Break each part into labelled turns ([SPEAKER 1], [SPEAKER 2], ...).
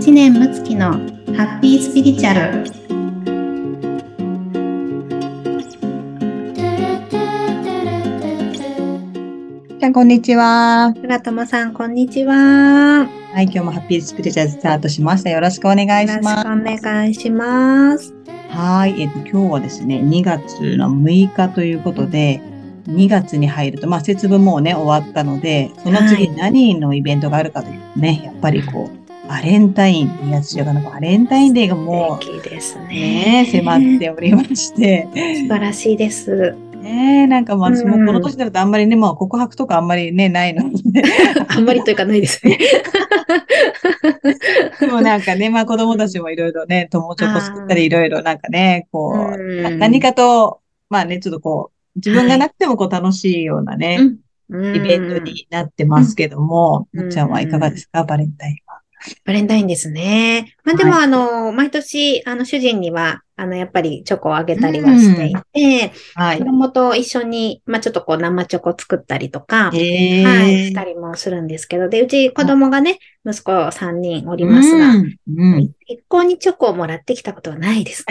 [SPEAKER 1] 知念睦月のハッピースピリチュアル
[SPEAKER 2] ちゃん、こんにちは。
[SPEAKER 1] 村友さんこんにちは
[SPEAKER 2] はい、今日もハッピースピリチュアルスタートしました。よろしくお願い
[SPEAKER 1] よ
[SPEAKER 2] し
[SPEAKER 1] ろし
[SPEAKER 2] ます。
[SPEAKER 1] くお願いします
[SPEAKER 2] はい、えっと、今日はですね、2月の6日ということで、2月に入ると、まあ、節分もうね、終わったので、その次
[SPEAKER 1] は
[SPEAKER 2] 何のイベントがあるかというとね、やっぱりこう、バレンタイン、2月14日のバレンタインデーがも
[SPEAKER 1] 素敵です
[SPEAKER 2] う、ね、迫っておりまして、
[SPEAKER 1] 素晴らしいです
[SPEAKER 2] ね、なんかまあ、
[SPEAKER 1] うん
[SPEAKER 2] 私もこの年になるとあんまりね、もう告白とかあんまりね、ないので、
[SPEAKER 1] あんまりというかないですね
[SPEAKER 2] でもなんかね、まあ子供たちもいろいろね、友チョコ作ったりいろいろなんかね、こう、な何かと、まあね、ちょっとこう、自分がなくてもこう楽しいようなね、イ
[SPEAKER 1] イ
[SPEAKER 2] ベントになってますけども、
[SPEAKER 1] うん
[SPEAKER 2] むっちゃんはいかがですか、バレンタインは。
[SPEAKER 1] バレンタインですね。まあでも、
[SPEAKER 2] は
[SPEAKER 1] あの、毎年、あの、主人には、あの、やっぱりチョコをあげたりはしていて、
[SPEAKER 2] は。
[SPEAKER 1] 子供と一緒に、まあちょっとこう生チョコ作ったりとか、はいい、
[SPEAKER 2] え
[SPEAKER 1] したりもするんですけど、で、うち子供がね、息子3人おりますが、
[SPEAKER 2] うんうん。
[SPEAKER 1] 一向にチョコをもらってきたことはないです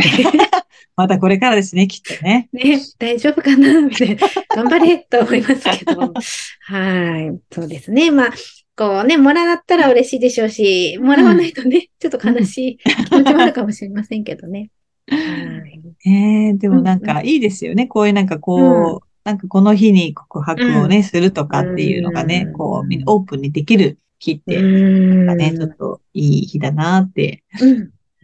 [SPEAKER 2] またこれからですね、きっと ね。
[SPEAKER 1] ね。ね、大丈夫かなみたいな、頑張れと思いますけど、はい、そうですね。まあ、こうね、もらったら嬉しいでしょうし、もらわないとね、ちょっと悲しい気持ちもあるかもしれませんけど ね。はい。
[SPEAKER 2] えー、でもなんかいいですよね。こういうなんかこう、なんかこの日に告白をね、するとかっていうのがね、
[SPEAKER 1] うん
[SPEAKER 2] こう、みんなオープンにできる日って、
[SPEAKER 1] うん
[SPEAKER 2] なんかね、ちょっといい日だなって。
[SPEAKER 1] うん。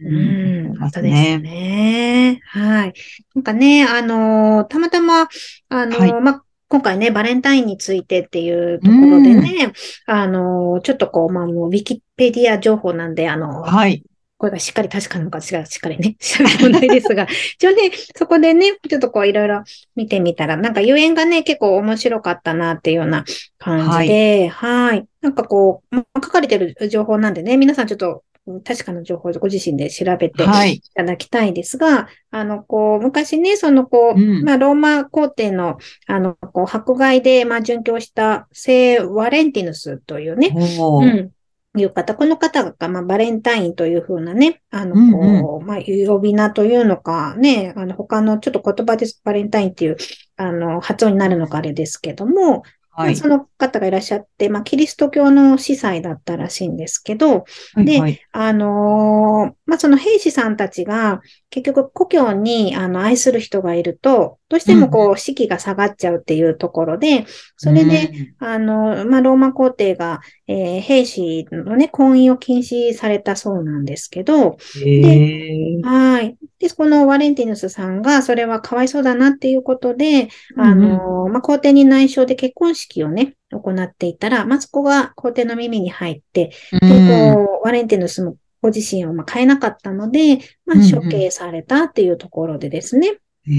[SPEAKER 1] う
[SPEAKER 2] 思
[SPEAKER 1] ん、
[SPEAKER 2] い
[SPEAKER 1] 本
[SPEAKER 2] ま
[SPEAKER 1] 当
[SPEAKER 2] す
[SPEAKER 1] ですよ。ね。はい。なんかね、あのーたまたま、あのー
[SPEAKER 2] はい
[SPEAKER 1] まあ、今回ね、バレンタインについてっていうところでね、あのーちょっとこう、まあ、もう、ウィキペディア情報なんで、あのー
[SPEAKER 2] はい。
[SPEAKER 1] これがしっかり確かなのかしら、しっかりね、 調べてもないですが、一応ね、そこでね、ちょっとこういろいろ見てみたら、なんか遊園がね、結構面白かったなっていうような感じで、はい。なんかこう、まあ書かれてる情報なんでね、皆さんちょっと、うん確かな情報をご自身で調べて
[SPEAKER 2] はい
[SPEAKER 1] いただきたいですが、あの、こう、昔ね、その、こう、
[SPEAKER 2] うん
[SPEAKER 1] まあ、ローマ皇帝の、あの、こう、迫害で、まあ、殉教した聖ワレンティヌスというね、
[SPEAKER 2] おー
[SPEAKER 1] うん。いう方、この方が、まあ、バレンタインというふうなね、あの、
[SPEAKER 2] うん
[SPEAKER 1] こう、まあ、呼び名というのか、ね、あの、他のちょっと言葉でバレンタインっていう、あの、発音になるのかあれですけども、
[SPEAKER 2] はい
[SPEAKER 1] まあその方がいらっしゃって、まあ、キリスト教の司祭だったらしいんですけど、で
[SPEAKER 2] はい
[SPEAKER 1] あのーまあ、その兵士さんたちが、結局故郷に、あの、愛する人がいると、どうしてもこう、士気が下がっちゃうっていうところで、それで、、あの、まあ、ローマ皇帝が、えー兵士のね、婚姻を禁止されたそうなんですけど、
[SPEAKER 2] で、
[SPEAKER 1] はい。で、このワレンティヌスさんが、それはかわいそうだなっていうことで、あの、まあ、皇帝に内緒で結婚式をね、行っていたら、まあ、そこが皇帝の耳に入って、
[SPEAKER 2] うん
[SPEAKER 1] で、こう、ワレンティヌスもご自身をまあ変えなかったので、まあ、
[SPEAKER 2] うんうん
[SPEAKER 1] 処刑されたっていうところでですね、
[SPEAKER 2] へ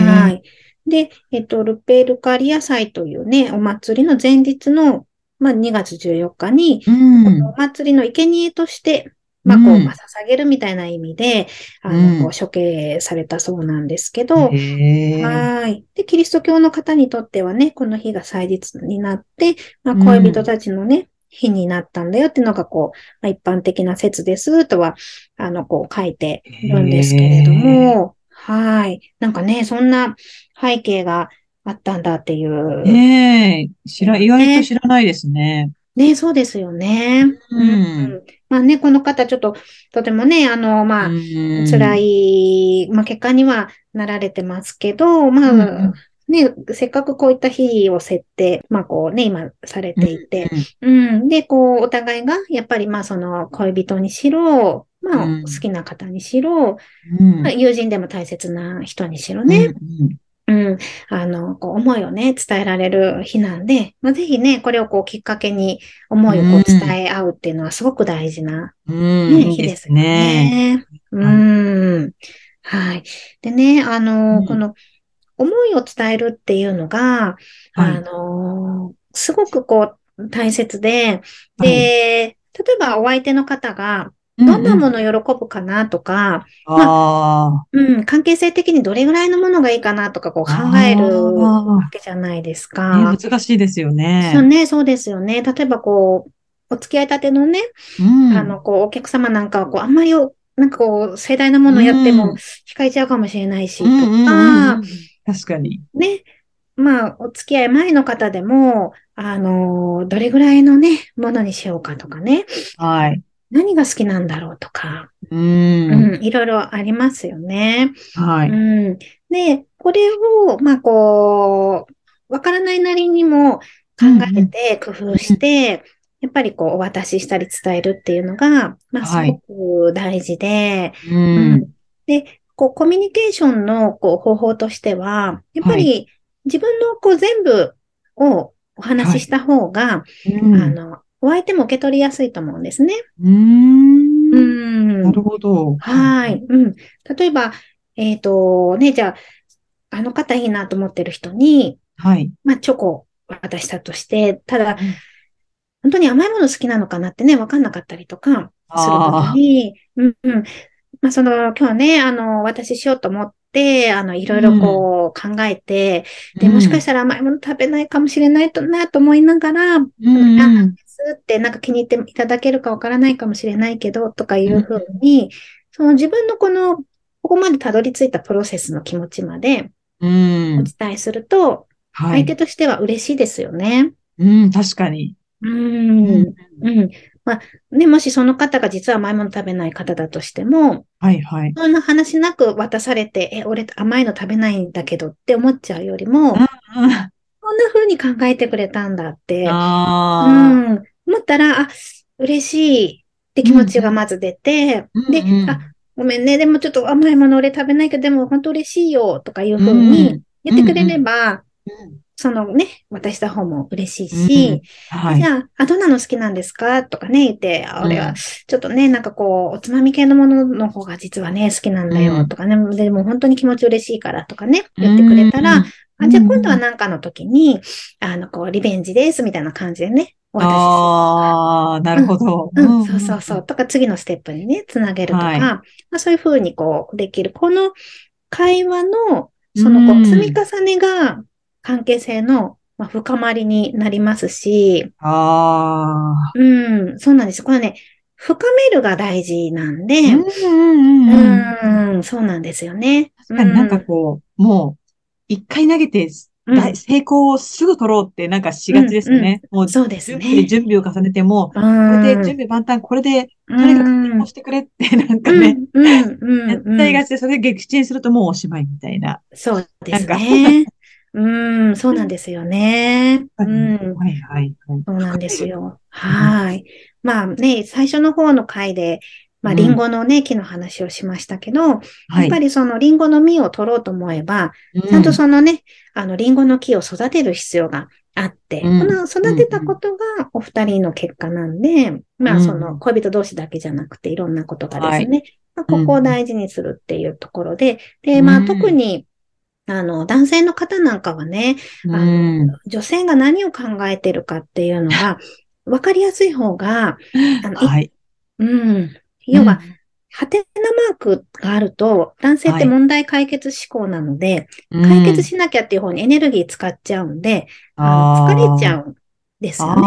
[SPEAKER 2] ー
[SPEAKER 1] はい。で、えっと、ルペルカリア祭というね、お祭りの前日の、まあ、2月14日に、
[SPEAKER 2] うん
[SPEAKER 1] お祭りの生贄として、まあ、こう、
[SPEAKER 2] うん
[SPEAKER 1] まあ、捧げるみたいな意味で、あ
[SPEAKER 2] うん
[SPEAKER 1] の、こう、処刑されたそうなんですけど、
[SPEAKER 2] へー
[SPEAKER 1] はい。で、キリスト教の方にとってはね、この日が祭日になって、まあ、
[SPEAKER 2] うん
[SPEAKER 1] 恋人たちのね、日になったんだよっていうのが、こう、まあ、一般的な説です、とは、あの、こう書いているんですけれども、はい。なんかね、そんな背景があったんだっていう。ね、
[SPEAKER 2] ねえ、知ら、意外と知らないですね。
[SPEAKER 1] そうですよね。
[SPEAKER 2] うん
[SPEAKER 1] まあね、この方、ちょっと、とてもね、あの、まあ、辛
[SPEAKER 2] 辛。
[SPEAKER 1] い、まあ、結果にはなられてますけど、まあ、
[SPEAKER 2] うんうん
[SPEAKER 1] ね、せっかくこういった日を設定、まあこうね、今されていて、うん、で、こう、お互いが、やっぱりまあその恋人にしろ、まあ
[SPEAKER 2] うん
[SPEAKER 1] 好きな方にしろ、
[SPEAKER 2] うん
[SPEAKER 1] まあ友人でも大切な人にしろね、。うん、あの、こう思いをね、伝えられる日なんで、まあぜひね、これをこうきっかけに思いをこう伝え合うっていうのはすごく大事な
[SPEAKER 2] うんうん、
[SPEAKER 1] ね、
[SPEAKER 2] いい
[SPEAKER 1] 日
[SPEAKER 2] で
[SPEAKER 1] ですす
[SPEAKER 2] ね。
[SPEAKER 1] ね。うん。はい。でね、あの
[SPEAKER 2] う
[SPEAKER 1] ー、
[SPEAKER 2] ん
[SPEAKER 1] この、思いを伝えるっていうのが、
[SPEAKER 2] はい
[SPEAKER 1] あのー、すごくこう、大切で、で、例えばお相手の方が、どんなも
[SPEAKER 2] の
[SPEAKER 1] のを喜ぶかなとか、
[SPEAKER 2] あ
[SPEAKER 1] うん、関係性的にどれぐらいのものがいいかなとか、こう考える
[SPEAKER 2] あ
[SPEAKER 1] わけじゃないです
[SPEAKER 2] あ、
[SPEAKER 1] か。
[SPEAKER 2] ね難しいですよ
[SPEAKER 1] そう
[SPEAKER 2] ね。
[SPEAKER 1] ね、そうですよね。例えばこう、お付き合い立てのね、
[SPEAKER 2] うん。
[SPEAKER 1] あの、こう、お客様なんかは、こう、あんまりお、なんかこう、盛大なものやって
[SPEAKER 2] うん
[SPEAKER 1] も、控えちゃうかもしれないし、
[SPEAKER 2] うんうんうんうん
[SPEAKER 1] とか、
[SPEAKER 2] 確かに。
[SPEAKER 1] ね。まあ、お付き合い前の方でも、あのーどれぐらいのね、ものにしようかとかね。
[SPEAKER 2] はい。
[SPEAKER 1] 何が好きなんだろうとか、
[SPEAKER 2] うん。
[SPEAKER 1] うん、いろいろありますよね。
[SPEAKER 2] は
[SPEAKER 1] う
[SPEAKER 2] い。
[SPEAKER 1] ん。で、これを、まあ、こう、わからないなりにも考えて、工夫して、やっぱりこう、お渡ししたり伝えるっていうのが、まあ、す
[SPEAKER 2] はい
[SPEAKER 1] ごく大事で、
[SPEAKER 2] う。
[SPEAKER 1] うんんで、こう、コミュニケーションのこう方法としては、やっぱり自分のこう全部をお話しした方が、
[SPEAKER 2] う
[SPEAKER 1] あ
[SPEAKER 2] ん
[SPEAKER 1] の、お相手も受け取りやすいと思うんですね。
[SPEAKER 2] うん。
[SPEAKER 1] うん
[SPEAKER 2] なるほど。
[SPEAKER 1] はい。。うん。例えば、えっと、ね、じゃあ、あの方いいなと思ってる人に、
[SPEAKER 2] はい。
[SPEAKER 1] まあ、チョコを渡したとして、ただ、本当に甘いもの好きなのかなってね、わかんなかったりとかすると
[SPEAKER 2] ああ
[SPEAKER 1] きに、うんうん。まあ、その、今日ね、あの、私しようと思って、あの、いろいろこう考えて、で、もしかしたら甘いもの食べないかもしれないとなと思いながら、
[SPEAKER 2] ら、うんうん。
[SPEAKER 1] すってなんか気に入っていただけるかわからないかもしれないけど、とかいうふうに、その自分のこの、ここまでたどり着いたプロセスの気持ちまで
[SPEAKER 2] う
[SPEAKER 1] お
[SPEAKER 2] ん。
[SPEAKER 1] 伝えすると、
[SPEAKER 2] は
[SPEAKER 1] 相
[SPEAKER 2] い。
[SPEAKER 1] 手としては嬉しいですよね。
[SPEAKER 2] うん、確かに。
[SPEAKER 1] うん。うん。まあ、ね、もしその方が実は甘いもの食べない方だとしても、
[SPEAKER 2] はい、はい。
[SPEAKER 1] そんな話なく渡されて、え、俺甘いの食べないんだけどって思っちゃうよりも、
[SPEAKER 2] あ
[SPEAKER 1] こんな風に考えてくれたんだって、
[SPEAKER 2] あ
[SPEAKER 1] うん。思ったら、あ、嬉しいって気持ちがまず出て、
[SPEAKER 2] ー。
[SPEAKER 1] で、
[SPEAKER 2] うんうん
[SPEAKER 1] あ、ごめんね、でもちょっと甘いもの俺食べないけど、でも本当嬉しいよとかいうふうに言ってくれれば、そのね、渡した方も嬉しいし、
[SPEAKER 2] は
[SPEAKER 1] じ
[SPEAKER 2] い。
[SPEAKER 1] ゃあ、あ、どんなの好きなんですかとかね、言って、あ、俺
[SPEAKER 2] う
[SPEAKER 1] は
[SPEAKER 2] ん
[SPEAKER 1] ちょっとね、なんかこう、おつまみ系のものの方が実はね、好きなんだ
[SPEAKER 2] う
[SPEAKER 1] よ
[SPEAKER 2] ん
[SPEAKER 1] とかね、でも本当に気持ち嬉しいからとかね、言ってくれたら、
[SPEAKER 2] うん、
[SPEAKER 1] あ、じゃあ
[SPEAKER 2] うん
[SPEAKER 1] 今度はなんかの時に、あの、こう、リベンジです、みたいな感じでね、お渡
[SPEAKER 2] ああ、なるほど。
[SPEAKER 1] しする。うん、そうそうそう。。とか、次のステップにね、つなげるとか、
[SPEAKER 2] はい
[SPEAKER 1] まあ、そういうふうにこう、できる。この会話の、その、こう、
[SPEAKER 2] うん
[SPEAKER 1] 積み重ねが、関係性の、まあ、深まりになりますし、
[SPEAKER 2] ああ。
[SPEAKER 1] うん、そうなんです。これね、深めるが大事なんで、
[SPEAKER 2] うんうん
[SPEAKER 1] う
[SPEAKER 2] うんうん。
[SPEAKER 1] ん、そうなんですよね。
[SPEAKER 2] 確かになんかこう、もう、一回投げて、
[SPEAKER 1] うん、
[SPEAKER 2] 大成功をすぐ取ろうってなんかしがちですよね。も
[SPEAKER 1] う、、
[SPEAKER 2] うん
[SPEAKER 1] そうです
[SPEAKER 2] 準
[SPEAKER 1] ね。
[SPEAKER 2] 備、準備を重ねても、
[SPEAKER 1] こ
[SPEAKER 2] これで準備万端、これで、とにかく成功してくれって、なんかね、
[SPEAKER 1] うん、うん、
[SPEAKER 2] やっ
[SPEAKER 1] うん、
[SPEAKER 2] ちゃいがちで、それで撃沈するともうおしまいみたいな。
[SPEAKER 1] そうです
[SPEAKER 2] なんか
[SPEAKER 1] ね。うん、そうなんですよね。うん、
[SPEAKER 2] はいはいはい。
[SPEAKER 1] そうなんですよ。はい。まあね、最初の方の回で、まあ、リンゴのね、木の話をしましたけど、
[SPEAKER 2] は
[SPEAKER 1] やっぱ
[SPEAKER 2] い。
[SPEAKER 1] りそのリンゴの実を取ろうと思えば、ちゃんとそのね、あの、リンゴの木を育てる必要があって、こ
[SPEAKER 2] うん
[SPEAKER 1] の育てたことがお二人の結果なんで、まあ、
[SPEAKER 2] うん
[SPEAKER 1] その恋人同士だけじゃなくて、いろんなことがですね、まあ
[SPEAKER 2] うん
[SPEAKER 1] ここを大事にするっていうところで、で、ま
[SPEAKER 2] う
[SPEAKER 1] あ、
[SPEAKER 2] ん
[SPEAKER 1] 特に、あの、男性の方なんかはね、
[SPEAKER 2] うん、
[SPEAKER 1] あの女性が何を考えてるかっていうの が、わかりやすい方が、あの、い
[SPEAKER 2] はい。
[SPEAKER 1] うん。要は、、ハテナマークがあると、男性って問題解決志向なので、解決しなきゃっていう方にエネルギー使っちゃうんで、あの疲れちゃ
[SPEAKER 2] うん
[SPEAKER 1] うんですよね。
[SPEAKER 2] あー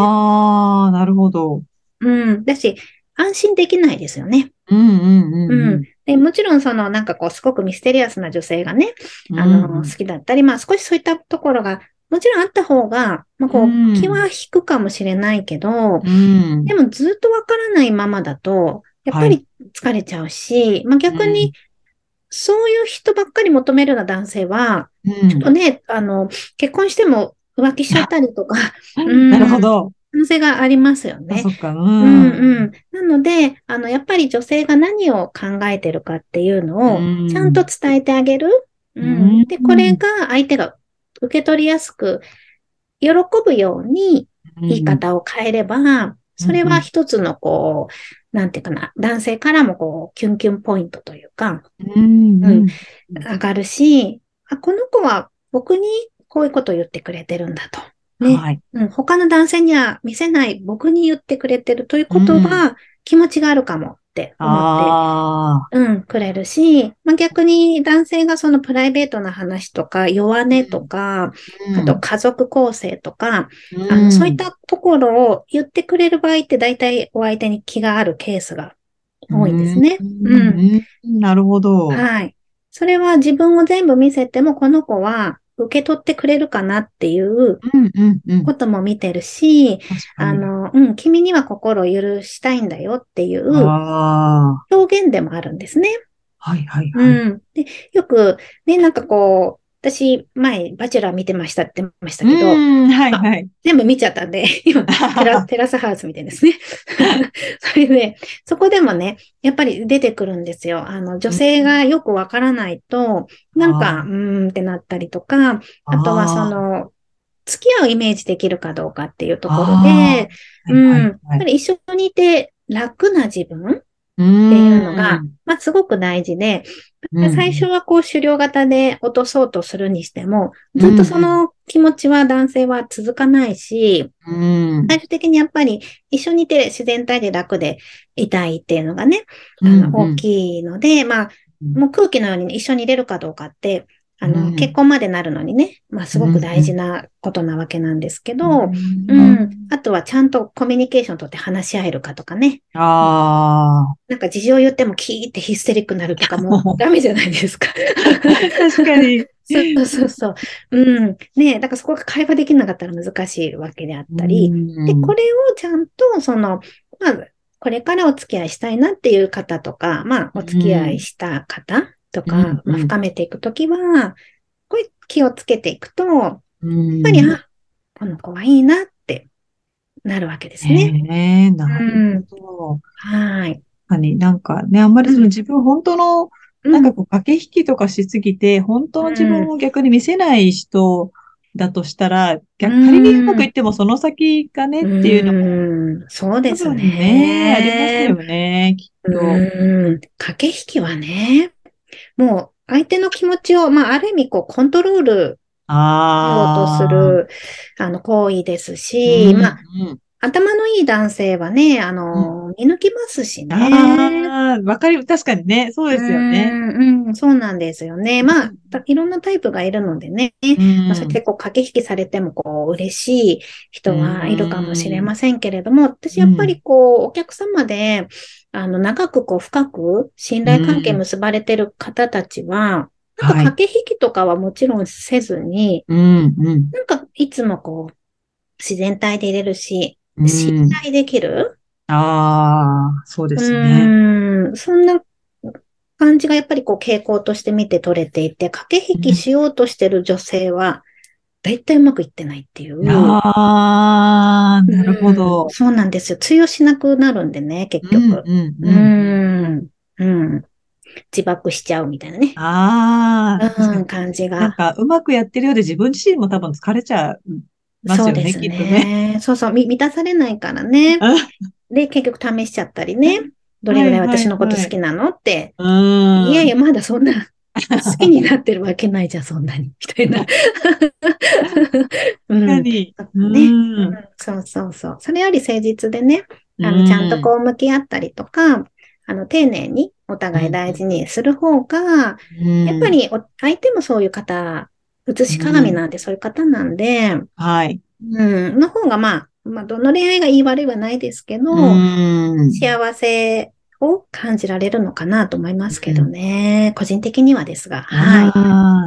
[SPEAKER 2] あー、なるほど。
[SPEAKER 1] うん。だし、安心できないですよね。
[SPEAKER 2] うんうんう
[SPEAKER 1] う。
[SPEAKER 2] んうん
[SPEAKER 1] で、もちろん、その、なんかこう、すごくミステリアスな女性がね、
[SPEAKER 2] ん。
[SPEAKER 1] あの、好きだったり、まあ、少しそういったところが、もちろんあった方が、まあ、こ
[SPEAKER 2] うん
[SPEAKER 1] う、気は引くかもしれないけど、
[SPEAKER 2] うん。
[SPEAKER 1] でもずっとわからないままだと、やっぱり疲れちゃうし、まあ、逆
[SPEAKER 2] う
[SPEAKER 1] に
[SPEAKER 2] ん、
[SPEAKER 1] そういう人ばっかり求めるような男性は、
[SPEAKER 2] うん
[SPEAKER 1] とね、あの、結婚しても浮気しちゃったりとか、うん
[SPEAKER 2] なるほど。
[SPEAKER 1] 可能性がありますよ
[SPEAKER 2] あ
[SPEAKER 1] ね
[SPEAKER 2] そ。っか、う。
[SPEAKER 1] うんんうん。なので、あの、やっぱり女性が何を考えてるかっていうのを、
[SPEAKER 2] うん
[SPEAKER 1] ちゃんと伝えてあげる。う。
[SPEAKER 2] うんん
[SPEAKER 1] で、これが相手が受け取りやすく、喜ぶように言い方を変えれば、それは一つのこう、なんていうかな、男性からもこう、キュンキュンポイントというか、
[SPEAKER 2] うん。うん。
[SPEAKER 1] 上がるし、あ、この子は僕にこういうことを言ってくれてるんだと。
[SPEAKER 2] うん
[SPEAKER 1] ね。
[SPEAKER 2] はい。
[SPEAKER 1] うん、他の男性には見せない僕に言ってくれてるということが気持ちがあるかもって思って、
[SPEAKER 2] ああ。
[SPEAKER 1] うん、くれるし、まあ、逆に男性がそのプライベートな話とか、弱音とか、あと家族構成とか、
[SPEAKER 2] うん、
[SPEAKER 1] あのそういっ
[SPEAKER 2] うん
[SPEAKER 1] たところを言ってくれる場合って大体お相手に気があるケースが多いんですね。
[SPEAKER 2] うんうんなるほど。
[SPEAKER 1] はい。それは自分を全部見せても、この子は受け取ってくれるかなっていう
[SPEAKER 2] うんうんうん。
[SPEAKER 1] ことも見てるし、
[SPEAKER 2] 確か
[SPEAKER 1] あ
[SPEAKER 2] に
[SPEAKER 1] の、うん、君には心を許したいんだよっていう
[SPEAKER 2] あ
[SPEAKER 1] 表現でもあるんですね。
[SPEAKER 2] あ。はいはいはい。
[SPEAKER 1] うん。で、よく、ね、なんかこう、私、前、バチェラー見てましたって言ってましたけど、
[SPEAKER 2] うん、はいはい。
[SPEAKER 1] 全部見ちゃったんで、 今、テ ラテラスハウスみたいですね。 それで、そこでもね、やっぱり出てくるんですよ。あの、女性がよくわからないと、なんか、
[SPEAKER 2] あ
[SPEAKER 1] うーんってなったりとか、あとはその、付き合うイメージできるかどうかっていうところ
[SPEAKER 2] あー
[SPEAKER 1] で、
[SPEAKER 2] あー、
[SPEAKER 1] うん。
[SPEAKER 2] はい
[SPEAKER 1] やっ
[SPEAKER 2] はい
[SPEAKER 1] ぱ
[SPEAKER 2] はい
[SPEAKER 1] り一緒にいて楽な自分、
[SPEAKER 2] って
[SPEAKER 1] いうのが、まあ、すごく大事で、最初はこう狩猟型で落とそうとするにしても、ずっとその気持ちは男性は続かないし、
[SPEAKER 2] うん、
[SPEAKER 1] 最終的にやっぱり一緒にいて自然体で楽でいたいっていうのがね、あ
[SPEAKER 2] うん
[SPEAKER 1] の大きいので、まあ、もう空気のように一緒に入れるかどうかって、あ
[SPEAKER 2] う
[SPEAKER 1] の、
[SPEAKER 2] ん
[SPEAKER 1] 結婚までなるのにね、まあすごく大事なことなわけなんですけど、
[SPEAKER 2] うん
[SPEAKER 1] う、ん。あとはちゃんとコミュニケーション取って話し合えるかとかね。
[SPEAKER 2] ああ、
[SPEAKER 1] なんか事情言ってもキーってヒステリックになるとか もダメじゃないですか。
[SPEAKER 2] 確かに。
[SPEAKER 1] そうそうそう。うん。ねえだからそこが会話できなかったら難しいわけであったり。
[SPEAKER 2] うん、
[SPEAKER 1] で、これをちゃんと、その、まあ、これからお付き合いしたいなっていう方とか、まあ、お付き合いした方とか、
[SPEAKER 2] うん
[SPEAKER 1] まあ、深めていくときは、これ気をつけていくと、やっ
[SPEAKER 2] うん、や
[SPEAKER 1] ぱり、あ、この子はいいなってなるわけですね。
[SPEAKER 2] ね。なるほど。
[SPEAKER 1] はい。
[SPEAKER 2] 確かになんかね、あんまりその自分本当の、
[SPEAKER 1] うん
[SPEAKER 2] なんかこう駆け引きとかしすぎて、本当の自分を逆に見せない人だとしたら、逆
[SPEAKER 1] うん
[SPEAKER 2] 仮にうまくいってもその先がねっていうのも、
[SPEAKER 1] うんそうで
[SPEAKER 2] 多
[SPEAKER 1] す
[SPEAKER 2] 分
[SPEAKER 1] ね。
[SPEAKER 2] ね、ありますよね、きっと。
[SPEAKER 1] うん。駆け引きはね、もう相手の気持ちを、まあ、ある意味、こう、コントロールしようと
[SPEAKER 2] ああ。
[SPEAKER 1] する、あの、行為ですし、まあ、
[SPEAKER 2] うん
[SPEAKER 1] 頭のいい男性はね、あの、見抜きますしね。
[SPEAKER 2] ああ、わかり、確かにね、そうですよね。
[SPEAKER 1] うん、うん、そうなんですよね。ま
[SPEAKER 2] う
[SPEAKER 1] あ
[SPEAKER 2] ん、
[SPEAKER 1] たいろんなタイプがいるのでね。
[SPEAKER 2] うん
[SPEAKER 1] まあそうやってこう駆け引きされてもこう嬉しい人はいるかもしれませんけれども、私やっぱりこうお客様で、あの長くこう深く信頼関係結ばれてる方たちは、なんか
[SPEAKER 2] はい
[SPEAKER 1] 駆け引きとかはもちろんせずに、
[SPEAKER 2] うん、うん
[SPEAKER 1] なんかいつもこう自然体で入れるし、
[SPEAKER 2] うん。
[SPEAKER 1] 信頼できる、
[SPEAKER 2] ああ、そうです
[SPEAKER 1] う
[SPEAKER 2] ね。
[SPEAKER 1] ん、そんな感じがやっぱりこう傾向として見て取れていて、駆け引きしようとしてる女性は、だいたいうまくいってないっていう。
[SPEAKER 2] ああ、なるほ
[SPEAKER 1] う
[SPEAKER 2] ど
[SPEAKER 1] ん。そうなんですよ。通用しなくなるんでね、結局。
[SPEAKER 2] うん、
[SPEAKER 1] う
[SPEAKER 2] うん。
[SPEAKER 1] ん。うん。自爆しちゃうみたいなね。
[SPEAKER 2] ああ、確か
[SPEAKER 1] うん、
[SPEAKER 2] に
[SPEAKER 1] 感じ
[SPEAKER 2] なん
[SPEAKER 1] が。
[SPEAKER 2] か、うまくやってるようで自分自身も多分疲れちゃいます
[SPEAKER 1] そ
[SPEAKER 2] よ
[SPEAKER 1] うで
[SPEAKER 2] ね、
[SPEAKER 1] す
[SPEAKER 2] きっとね。
[SPEAKER 1] ね。そうそう、み満たされないからね。で、結局試しちゃったりね。どれぐらい私のこと好きなのって。
[SPEAKER 2] うん。
[SPEAKER 1] いやいや、まだそん な、好きになってるわけないじゃん、そんなに。みたいな。う
[SPEAKER 2] 確か
[SPEAKER 1] ん。
[SPEAKER 2] に。
[SPEAKER 1] ね
[SPEAKER 2] う
[SPEAKER 1] うんんそうそうそう。それより誠実でね。あ
[SPEAKER 2] う
[SPEAKER 1] の、ちゃんとこう向き合ったりとか、あの、丁寧にお互い大事にする方が、
[SPEAKER 2] うん、
[SPEAKER 1] やっぱりお相手もそういう方、映し鏡なんで、そういう方なんで、
[SPEAKER 2] はい。
[SPEAKER 1] うん、の方がまあ、まあ、どの恋愛がいい悪いはないですけど、
[SPEAKER 2] うん
[SPEAKER 1] 幸せを感じられるのかなと思いますけどね。個人的にはですが、はい。
[SPEAKER 2] あ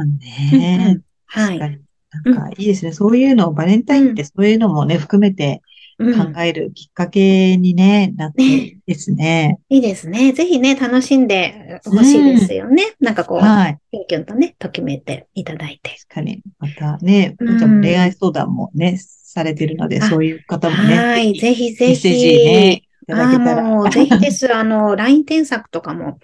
[SPEAKER 2] あ、
[SPEAKER 1] うんう
[SPEAKER 2] ね
[SPEAKER 1] んはい。
[SPEAKER 2] 確かになんか、いいですね。そういうのを、バレンタインってそういうのもね、含めて
[SPEAKER 1] うん
[SPEAKER 2] 考えるきっかけにね、なっていいですね。
[SPEAKER 1] いいですね。ぜひね、楽しんでほしいですよね。なんかこう、
[SPEAKER 2] はい。
[SPEAKER 1] キュンキュンとね、ときめいていただいて。
[SPEAKER 2] 確かに。またね、
[SPEAKER 1] うん
[SPEAKER 2] もちろん恋愛相談もね、されてるので、
[SPEAKER 1] あ
[SPEAKER 2] そういう方もね、
[SPEAKER 1] はい、
[SPEAKER 2] ひ
[SPEAKER 1] ぜひ
[SPEAKER 2] メ
[SPEAKER 1] ぜ
[SPEAKER 2] ッセージ
[SPEAKER 1] ひ。
[SPEAKER 2] ね、いただ
[SPEAKER 1] あ
[SPEAKER 2] け
[SPEAKER 1] あ、
[SPEAKER 2] たら。
[SPEAKER 1] もう、ぜひです。あの、LINE 添削とかも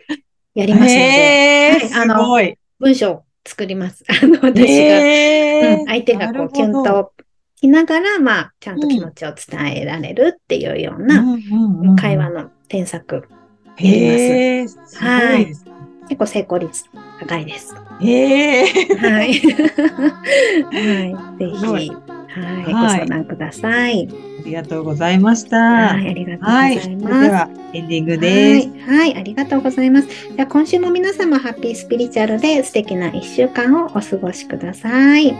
[SPEAKER 1] やりますので、
[SPEAKER 2] え
[SPEAKER 1] はい
[SPEAKER 2] ー、
[SPEAKER 1] あ
[SPEAKER 2] す
[SPEAKER 1] の
[SPEAKER 2] ごい。
[SPEAKER 1] 文章を作ります。あの、私が、
[SPEAKER 2] えー
[SPEAKER 1] うん相手がこう、キュン。
[SPEAKER 2] なる
[SPEAKER 1] ときながら、まあ、ちゃんと気持ちを伝えられるっていうよう
[SPEAKER 2] ほど
[SPEAKER 1] な
[SPEAKER 2] うんうんうん
[SPEAKER 1] 会話の添削。やります
[SPEAKER 2] えー、すごいですね。
[SPEAKER 1] 結構成功率高いです。
[SPEAKER 2] えー
[SPEAKER 1] はい。はい、ぜ
[SPEAKER 2] すご
[SPEAKER 1] ひ
[SPEAKER 2] い。
[SPEAKER 1] はい。ご相談ください。
[SPEAKER 2] ありがとうございました。
[SPEAKER 1] はい。ありがとうござ
[SPEAKER 2] はいい。それで
[SPEAKER 1] ます。
[SPEAKER 2] は、エンディングです。
[SPEAKER 1] はい。はい。ありがとうございます。じゃあ今週も皆様ハッピースピリチュアルで素敵な一週間をお過ごしください。いっ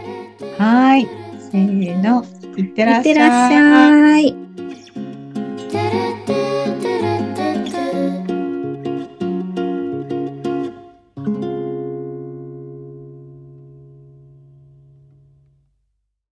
[SPEAKER 2] はい。せーの、いってらっしてゃ
[SPEAKER 1] らっし
[SPEAKER 2] い。
[SPEAKER 1] ゃい。